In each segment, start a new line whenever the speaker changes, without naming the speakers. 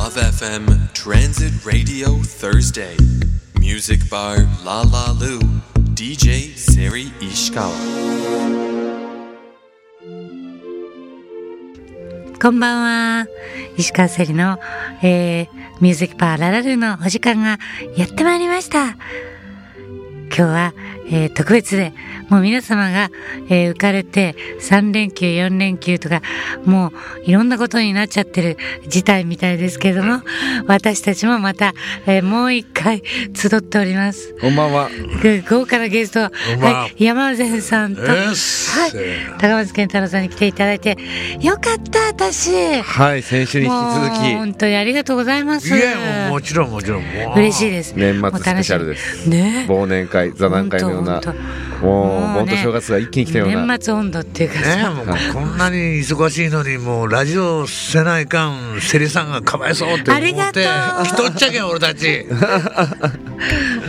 FM Transit Radio Thursday. Music bar La La Lu. DJ Seri Ishikawa.
こんばんは。石川せりの、えー、ミュージックパーララルのお時間がやってまいりました。今日は、えー特別で、もう皆様が、えー浮かれて3連休、4連休とか、もういろんなことになっちゃってる事態みたいですけれども、私たちもまた、えーもう一回集っております。
こんばんは。
ぐ豪華なゲスト、は、
んばんはい
山善さんと、
よし
はい、高松健太郎さんに来ていただいて、よかった、私。
はい、先週に引き
もう
続
本当にありがとうございます。
いやもうもちろんもちろんもう
嬉しいです。
き、年末スペシャルで
もう
す。
楽しみね
忘年会、座談会のような
ほんとほん、
も
もう
う、
ね
本当正月が一気に来たような。
年末温度っていうか
ね
さ、
もうこんなに忙しいのにもうラジオせないかんセリさんがかわいそうって
あり
思
が
っ
とう
て来とっちゃけん俺たち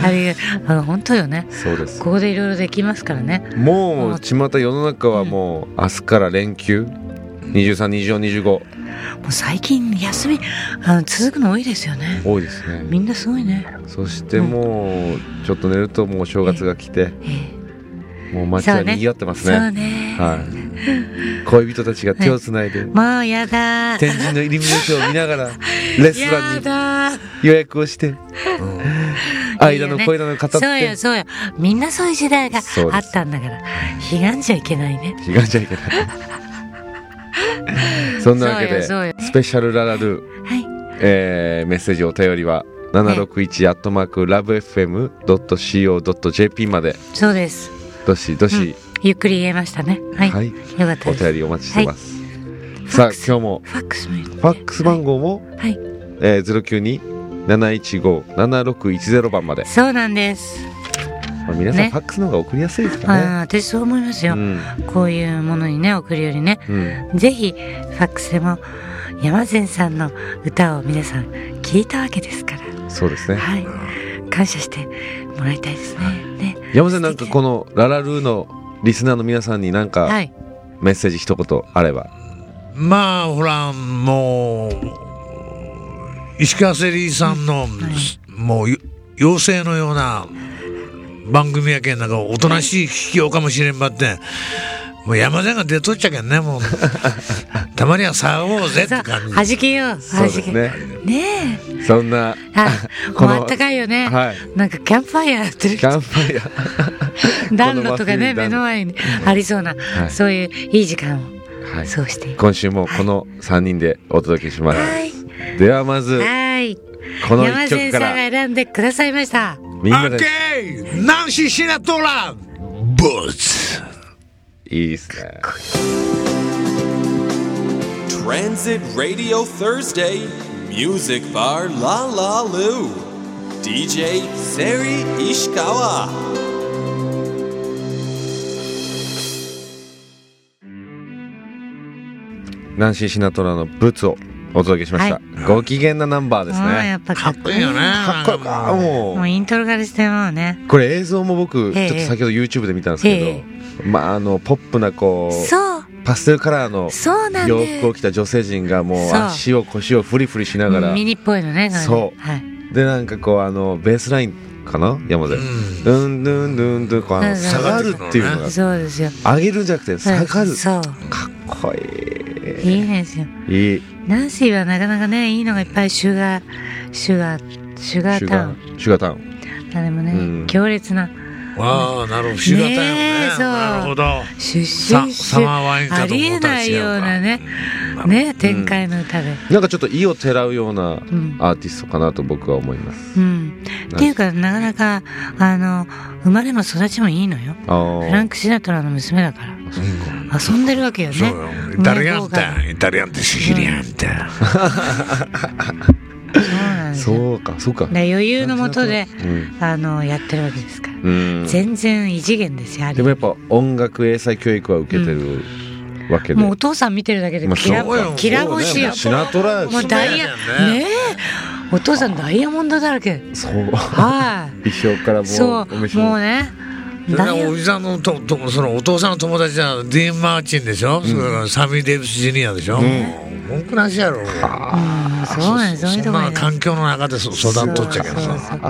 あれ、あの本当よね。
そうです。
ここでいろいろできますからね。
もう、巷世の中はもう、明日から連休。23、24、25。
もう最近休み、あの続くの多いですよね。
多いですね。
みんなすごいね。
そしてもう、ちょっと寝るともう正月が来て、
ええ
もう街は賑わってます
そう
ね。
ね。
はい。恋人たちが手をつないで、
もうやだ。
天神のイルミネーションを見ながら、レストラン
や
に
だ。
予約をして、間の声なの語って、
そうよ、そうよ。みんなそういう時代が
そう
あ
で
っ
す
たんだから、悲願じゃいけないね。
気がじゃいけない。そんなわけで、
そうよそうよ
スペシャルララル、
はい。
えーメッセージお便りは、761アットマークラブ FM.co.jp まで、
そうです。
どしどし、
ゆっくり言えましたね。はい。
はい
よかった
お
です。
便りお待ちしてます。さ
ファッ
あ、
クス
今日も、
ファックスも言って
ファックス番号も、
はい。
えー、092-715-7610番まで。
そうなんです。
まあ、皆さん、
ね
ファックスの方が送りやすいです
あ
かね。
あ私そう思いますよ、
うん
こういうものにね、送るよりね。
うん
ぜひ、ファックスでも、山善さんの歌を皆さん聞いたわけですから。
そうですね。
はい。感謝してもらいたいですね。ね。
山さん、なんかこ
の、
のララルーのリスナーの皆さんになんか、
はい。
メッセージ一言あれば。
まあほらもう石川セリさんの、もうよ妖精のような番組やけんなんかおとなしい聞きようかもしれんばってんもう山田が出とっちゃけんねもうたまには騒ごうぜって
さあ、
感じ
弾けよう。
そう
弾
です
け。
ね。
ねえ。
そんな、、
あ もうあったかいよね。
はい
なんかキャンプファイヤーやってる
キ。ャンプファイヤ ー
暖炉とかね、
こ
目
真冬に暖炉
の前にありそうな、
い
そういういい時間を
はい
過ごしていく。
今週もこの3人でお届けします。
はい。
ではまず、
はい。
この
山
一曲
善
か
さんが
ら、
選んでくださいました。
みんな
オッ
で
ケ、ーナンシー・シナトラブーツ
いいですね。
Transit Radio Thursday. Music bar La La Lu. DJ Seri Ishikawa.
ナンシー・シナトラのブツをお届けしました。
は
ご機嫌なナンバーです
もうや
ね
っ。ぱ
かっこいいよね。
かっこよか、
も
も
う
う。
イントロからしてもうね。
これ映像も僕、ち
ええ
ょっと先ほど YouTube で見たんですけ
え
ど、まああの、ポップなこう、
そう、
パステルカラーの
そうなん
洋
です
服を。着た女性陣がもう
そう
足を腰をフリフリしながら、
ミニっぽいのね。なんかね
そう
はい。
でなんかこうあのベースラインかな山で
ん
ドゥンドゥンドゥンドゥンこうあ
うん
の下がるっていうのが
そうですよ。
上げるんじゃなくて下がる
そう。
かっこい
いいですよ。
いいい
ナンシーはなかなかね、いいのがいっぱい、シュガー、シュガー、シュガ
シ
ー
ュ
タウ
ガ
ン。
ーシュガータウン
あれもね、
うん
強烈な。
ああ、なるほど。白田よ
ねえ
ね。
そう
なるほど。
シュッシュ
さ
ッシ
サマーワイン
ュ。
か
あ
と
り
思
え
ったら
な
違
いうような
か。
ね、ね、展開の歌で。
なんかちょっと意をてらうようなア
ん
ーティストかなと僕は思いま
う
す
ん。っていうか、なかなか、あの、生まれも育ちもいいのよ。
あ
フラ
ー
ンク・シナトラの娘だから。遊んでるわけよ
そう
ね
よ。。イタリアンっ
向こうが
て、イタリアンってシシリアンって。
そうなんですよ。
そうかそうか
で余裕のもとで、
うん
あの、やってるわけですから。
うん
全然異次元ですよ、あれ
でもやっぱ音楽英才教育は受けてるわけで
もうお父さん見てるだけで
まあ
きら、
そう
よ
きらぼしよ。
シナトラ
もうダイヤ、ねえ。お父さんダイヤモンドだらけ。
そう
はい。
一生からも
そう
お召し、
もう
物
ね。
それはおじさんのととそのお父さんの友達はディーン・マーチンでしょ、それからサミー・デイビス・ジュニアでしょ、文句なしやろ
うんそうなんですそういう
そ
と
ん
こ
な
にそう
環境の中でそ育っとっちゃけど
そう
さ
そうそう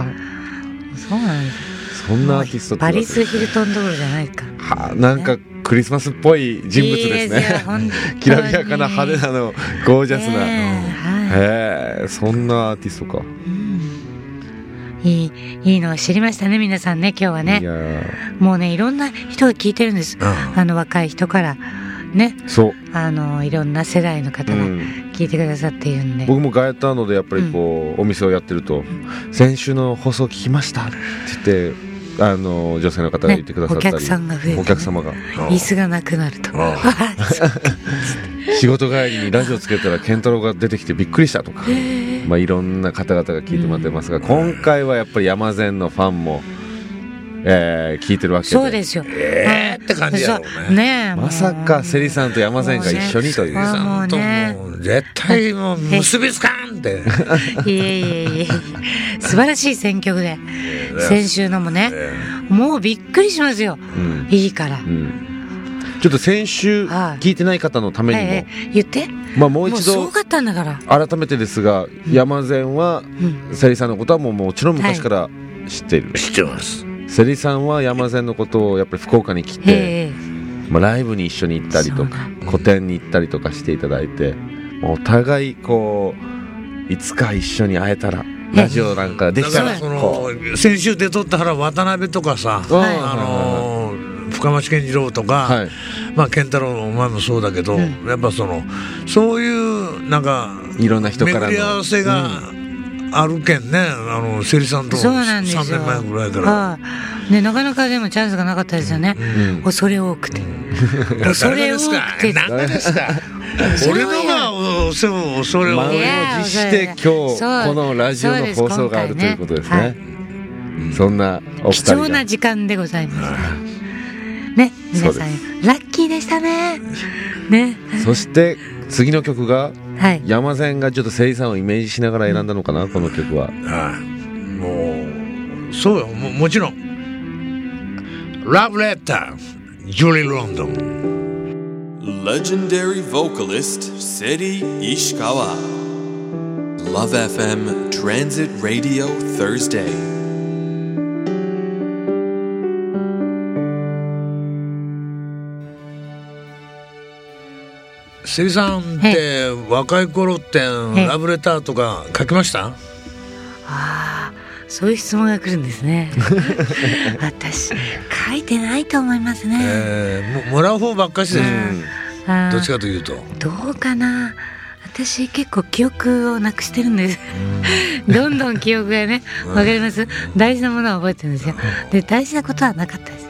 そうなんです
そんなアーティストって
バリス・ヒルトンどころじゃないか
はあなんかクリスマスっぽい人物です
いいよ
ね。
本当に
きらびやかな派手なの、ゴージャスな。
ねえはい
へえ、そんなアーティストか。
いいいいのを知りましたね皆さんね今日はいね
やー
もうねいろんな人が聞いてるんです、
ん
あの若い人からね
そう。
あのいろんな世代の方が
うん
聞いてくださっているんで、
僕もガエターノでやっぱりこう、お店をやってると「先週の放送聞きました」って言ってあの女性の方が言ってくださったり、
ねお客さんが増えてね
お客様が
椅子がなくなると
仕事帰りにラジオつけたら健太郎が出てきてびっくりしたとか、まあ、いろんな方々が聞いてもらってますが、今回はやっぱり山善のファンも、えー聞いてるわけ で
そうですよえ
えーって感じやろうね
ねえ
まさかセリさんと山善が一緒にという
もうね
さんともう絶対もう結びつかんって
いえいえいえ素晴らしい選曲で先週のもねもうびっくりしますよ、
ん
いいから、
うんちょっと先週
はい
聞いてない方のためにも、
ええ言って
まあ、もう
もう
一
す
度
ごかったんだから
改めてですが山善は
ん
セリさんのことはもうもちろん昔から知っている、
知ってます
セリさんは山善のことをやっぱり福岡に来て、
ええ
まあ、ライブに一緒に行ったりとか個展に行ったりとかしていただいてまあお互いこういつか一緒に会えたらラジオなんかで
だ
き
か
た
ら
ら
そ
こ
の先週出とった原渡辺とかさ、
う、はい
あのー深町健次郎とか、
はい
まあ健太郎お前もそうだけど、やっぱそのそういうなんか
いろんな人からの
巡り合わせがあるけんね、あのセリさんとも
そうなんですよ。
3年前ぐらいから。
はいね、なかなかでもチャンスがなかったですよね。恐れ多くて。恐れ多くて。
何ですか俺のがおそ恐れ多
満
い
を持して今日このラジオの放送があるということですねそんなお二
貴
人
重
が
な時間でございます。ね、皆
そう
さ
で
ん、ラッキーでしたね。ね、
そして次の曲が
はい。
山善がちょっとセリさんをイメージしながら選んだのかなこの曲は
はいもうそうよももちろんラブレタージュリー・ロンドン
Legendary vocalist Seri Ishikawa. Love FM Transit Radio Thursday.
セリさんって若い頃ってラブレターとか書きました
そういう質問が来るんですね。私、書いてないと思いますね。
えーももらう方ばっかしでし
あー
ょどっちかというと
どうかな私結構記憶をなくしてるんです どんどん記憶がねわかります大事なものは覚えてるんですよで大事なことはなかったですね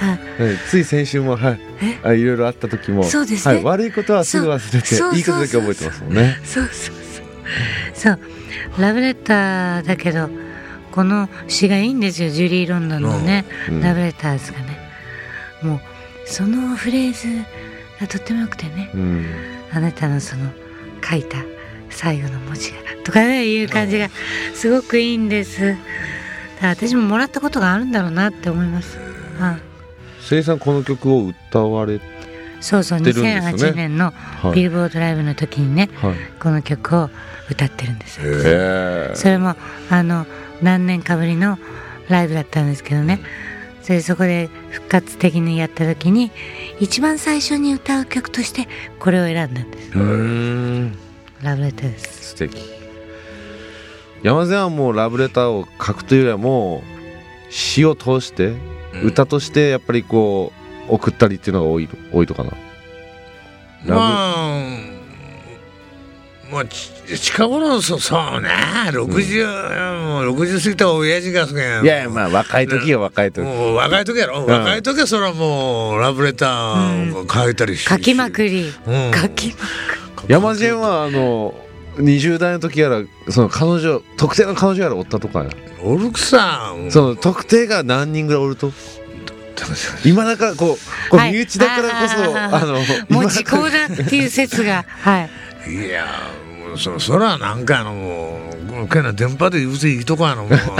はい
はいつい先週もはいあいろいろあった時も
そうですね
はい、悪いことはすぐ忘れ
そうそう
ていいことだけ覚えてますもんね
そうそうそうそうラブレターだけどこの詩がいいんですよジュリー・ロンドンのね、
うん
ラブレターズがねもうそのフレーズがとってもよくてね
うん
あなたのその書いた最後の文字がとかねいう感じがすごくいいんです。だから私ももらったことがあるんだろうなって思います。あ
セリさんこの曲を歌われ
そうそう、
知ってるんですね
2008年の
い
ビルボードライブの時にね、
はい
この曲を歌ってるんです。
え
それもあの何年かぶりのライブだったんですけどね。それでそこで復活的にやった時に一番最初に歌う曲としてこれを選んだんです。
えうん
ラブレターです。
素敵山善はもうラブレターを書くというよりはもう詩を通して歌としてやっぱりこう送ったりっていうのが多い多いとかなラブ
まあまあち近頃そそうね60、もう60過ぎた親父がすげえ
いやいやまあ若い時は若い時
もう若い時やろ、若い時はそれはもうラブレターを書いたりし
書きまくり、
うん
書きま
山善はあの20代の時やらその彼女特定の彼女やらおったとかや
おるくさん
その特定が何人ぐらいおると今だからこうこう
はい
身内だからこそ、
あー
あの
くもう
今
時効だっていう説が はい
いやもうそそらなんかあのもうこの電波で言うていいとこあのもうなんか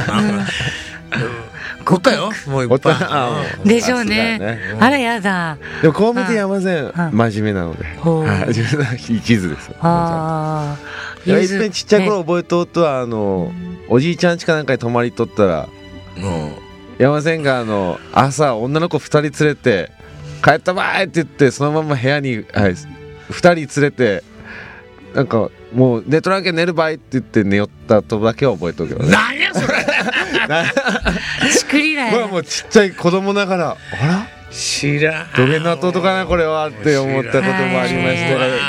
おったよもうい
お
っ
った
ぱい
でしょうね
さすが
あらやだ
でもこう見て山善真面目なので
ほう
はい自分は一途です
あ
い
あ
やいっぺんちっちゃい頃覚えとったはあのおじいちゃん家かなんかに泊まりとったら
うん
山善があの朝女の子2人連れて「帰ったばーい!」って言ってそのまま部屋に、はい、2人連れてなんかもう寝とらんけん寝るばいって言って寝よったとだけは覚えとるけどね
何や それ
ちくりだ
これは
よ
もうちっちゃい子供ながら「あら
知らん
土下のとかなこれは」って思ったこともありました
はい
だ
が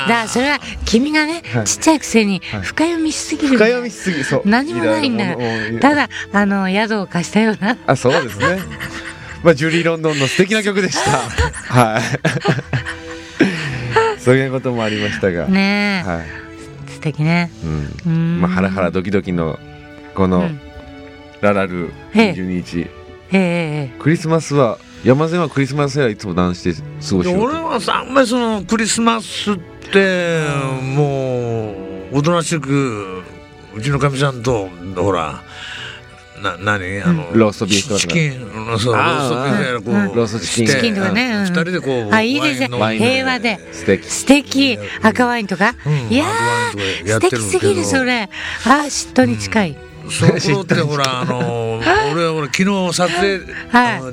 からそれは君がね
はい
ちっちゃいくせに深読みしすぎる
深読みしすぎそう
何もないんだよただあの宿を貸したような
あそうで すね。まあジュリー・ロンドンの素敵な曲でした。はい。 そういうこともありましたが、
ねえ、
はい。
素敵ね
うん。
うーん
まあハラハラドキドキのこ
う
の
ん
ララル
ええ
22日、
ええ
クリスマスは山善はクリスマスやいつも男子で過ごして
で
る。
俺はさあんまりそのクリスマスってもうおとなしくうちのかみさんとほらな何あの、
ローストビーフとか
チキンうんそうロ
あ
ーストビーフやら
う
こ
ん
う
ローストチキン
して
チキンとかね、う
う
んん、
二人でこう
あいいですね
ワ
イン飲んで
平和で
素敵。
素敵赤ワインとか、
うん
いや
赤ワインと
ー
かや
素
っ
敵
てる
すぎ
け
る
ど
それあー嫉妬に近い、
その頃ってほらあの俺は俺昨日撮影、
はい
あの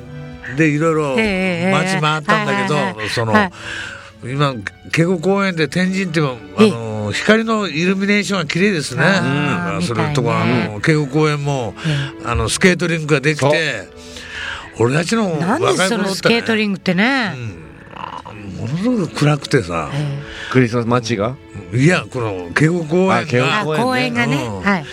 でいろいろ
ええええ
街回ったんだけど、
はいはいはい
その、
はい
今慶吾公園で天神ってあ
ええ
の光のイルミネーションが綺麗ですね。
あー
うん
み
そ
たいね
れとかあの慶吾公園も、あのスケートリンクができ
そう
て俺たちの
なんで
若い頃って、
そ
ね
の、スケートリングってね、
ものすごく暗くてさ、
クリスマス街が
いやこの慶吾公
あ
園
慶
あ
応
が
公園ね
公園がね、
うん
はい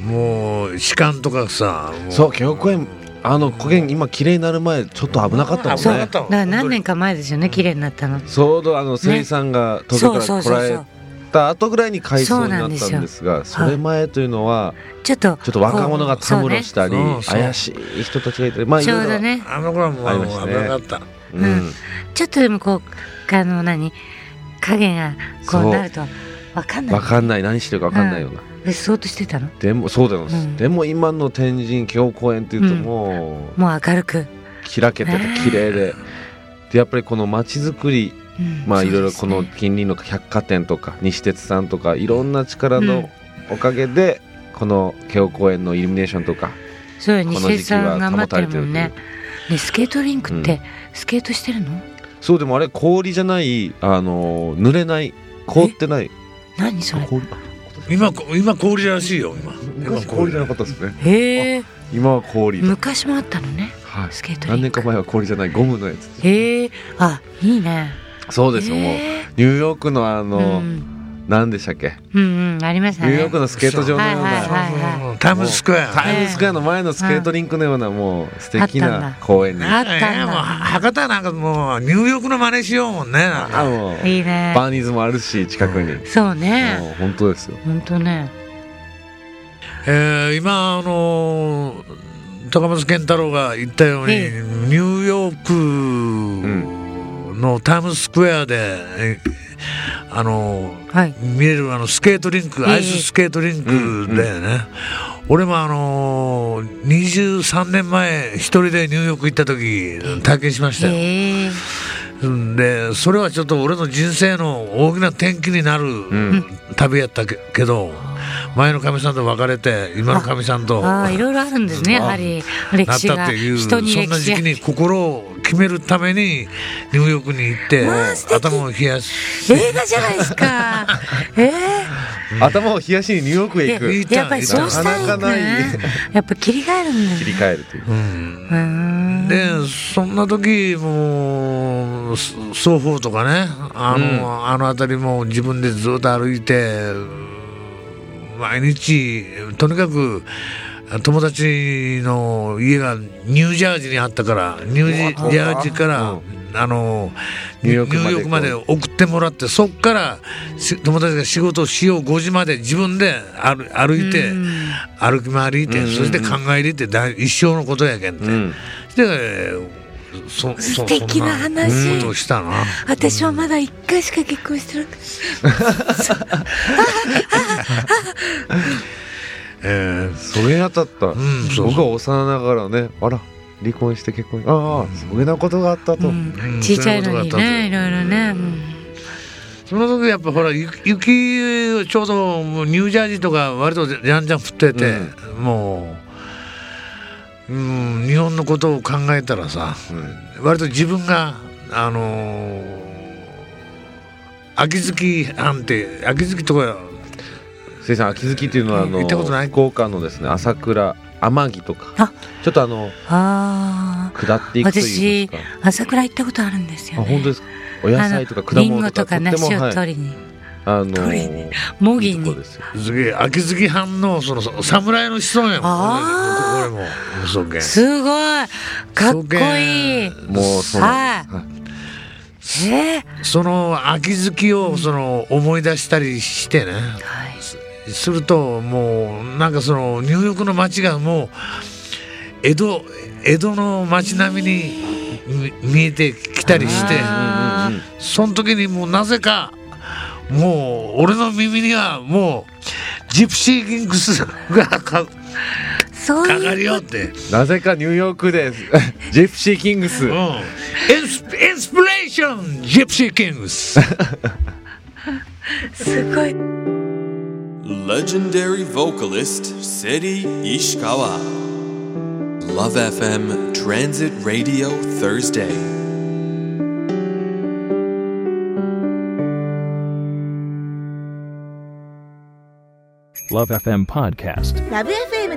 もう士官とかさも
そう京公園あの公園今綺麗になる前ちょっと危なかったもん
危なか
ね
っ。た
だから何年か前ですよね綺麗になったの
ちょうどあの生さんが東京から来られた後ぐらいに改装になったんですが
そう
そ
なんですよ
れ前というのは
ちょっと
ちょっと若者がたむろしたり
そうね
怪しい人たちがいたりまあい
ちょ
ろ
う
い
ど
ろ
ね
あの頃はも
あり
う
ました
危
ね
なかった。
う
うんんちょっとでもこうあの何影がこ
そうう
なるとわかんない
わかんない何してるかわかんないような
えそーっとしてたの
でもそうだよ
うん
でも今の天神京公園っていうともう
もう明るく、
開けてて
ねえ
綺麗ででやっぱりこの街づくり
うん
まあいろいろ
そ
こ
うですね
の近隣の百貨店とか西鉄さんとかいろんな力のおかげでこの京公園のイルミネーションとか
そうよ、西
この
江
時期
さん
は
頑張
保
って
たれ
る
てる
もんね。ね、スケートリンクって、
う
スケートしてるの
そうでもあれ氷じゃないあの濡れない凍ってない
何それ
氷
今こ今氷らしいよ今。
昔氷じゃなかったですね
へえ
今は氷だ
昔もあったのね
はい
スケート
何
リン
年
ク
か前は氷じゃないゴムのやつ
へえあいいね
そうですよもう
へ
ニューヨークのあ
う
の
ん
何でしたっけ
うんうんありました
ニュ
ね
ーヨークのスケート場のよう
はいはい
な
タイムズスクエア。
タイムズスクエアの前のスケートリンクのようなもう素敵
あったん
な
だ
公園に
あ
あ
ったん
ねえもう
だ
博多なんかもうニューヨークの真似しようもんね。
もう
いいね
バーニーズもあるし近くにも
そうね
う本当ですよ
本当ね
えー今あのー高松健太郎が言ったように、
ええ
ニューヨークのタイムズスクエアで、えあのー
はい
見えるあのスケートリンク、
ええ
アイススケートリンクだよね、俺もあのー、23年前一人でニューヨーク行った時体験しましたよ、
へえ
うんでそれはちょっと俺の人生の大きな転機になる、旅やったけけど前のかみさんと別れて今のかみさんと
ああい
な
ろいろあるんですねやはり歴
っ
史
たっ
が
ていう
人に
そんな
歴
時期
史が
に心を決めるためにニューヨークに行って
わあ素敵
頭を冷やす
映画じゃないですか ええ
頭を冷やしにニューヨークへ行
い
く
いじゃん
やっぱりそうしたいんだ
なかなかない
ね。やっぱ切り替えるんだよね。
切り替えるという
うーん。
でそんな時もうす双方とかねあの,、あの辺りも自分でずっと歩いて毎日とにかく友達の家がニュージャージーにあったからニュージージャージーから、あのニ
ニ
ュ
ュ
ー
ー
ヨ
ヨ
ー
ー
ク
ク
ま
ま
で
で
送ってもらってそっからし友達が仕事をしよう5時まで自分で歩歩いて歩き回りてそして考えりってだ一生のことやけんって。
ん
でそそ
素敵な話
そんなことをしたな。
私はまだ一回しか結婚してなくて。
え
それ当たった、
んそうそう
僕は幼ながらねあら離婚して結婚ああ、そげなことがあったと、
うん
うん
ちっちゃいのに
そう
ね、
い
いろいろね。うん
ーその時やっぱほら雪雪ちょうどもうニュージャージーとか割とじゃんじゃん降ってて、もう、うん、日本のことを考えたらさ割と自分があのー秋月藩って秋月とか
水さん秋月っていうのはあの
行ったことない
福岡のですね朝倉天城と
あ
かちょっとあの
あ
下って
あ、
いくといい
私
ますか、
朝倉行ったことあるんです
あ
よ、ね。
本当ですかお野菜とか果
リン
物
ゴ
と
と
か
か梨を
はい
取りに、
あの
取り
ー
もぎ
いいと
に
こですよ
すげえ秋月藩のそのそ侍の子孫やもん
あー
これもこれも嘘け
すごいかっこいい
もうその
はいえー
その秋月をその思い出したりしてね
はい
するともうなんかそのニューヨークの街がもう江戸江戸の街並みにみ見えてきたりして
あー
その時にもうなぜかもう俺の耳にはもうジプシー・キングスがか
そう
かか
いう
るよって。
なぜかニューヨークで ジェプシー・キングス、
うん、インスインスピレーションジプシー・キングス
すごい
Legendary vocalist Seri Ishikawa. Love FM Transit Radio Thursday.
Love FM Podcast.
ラブ f m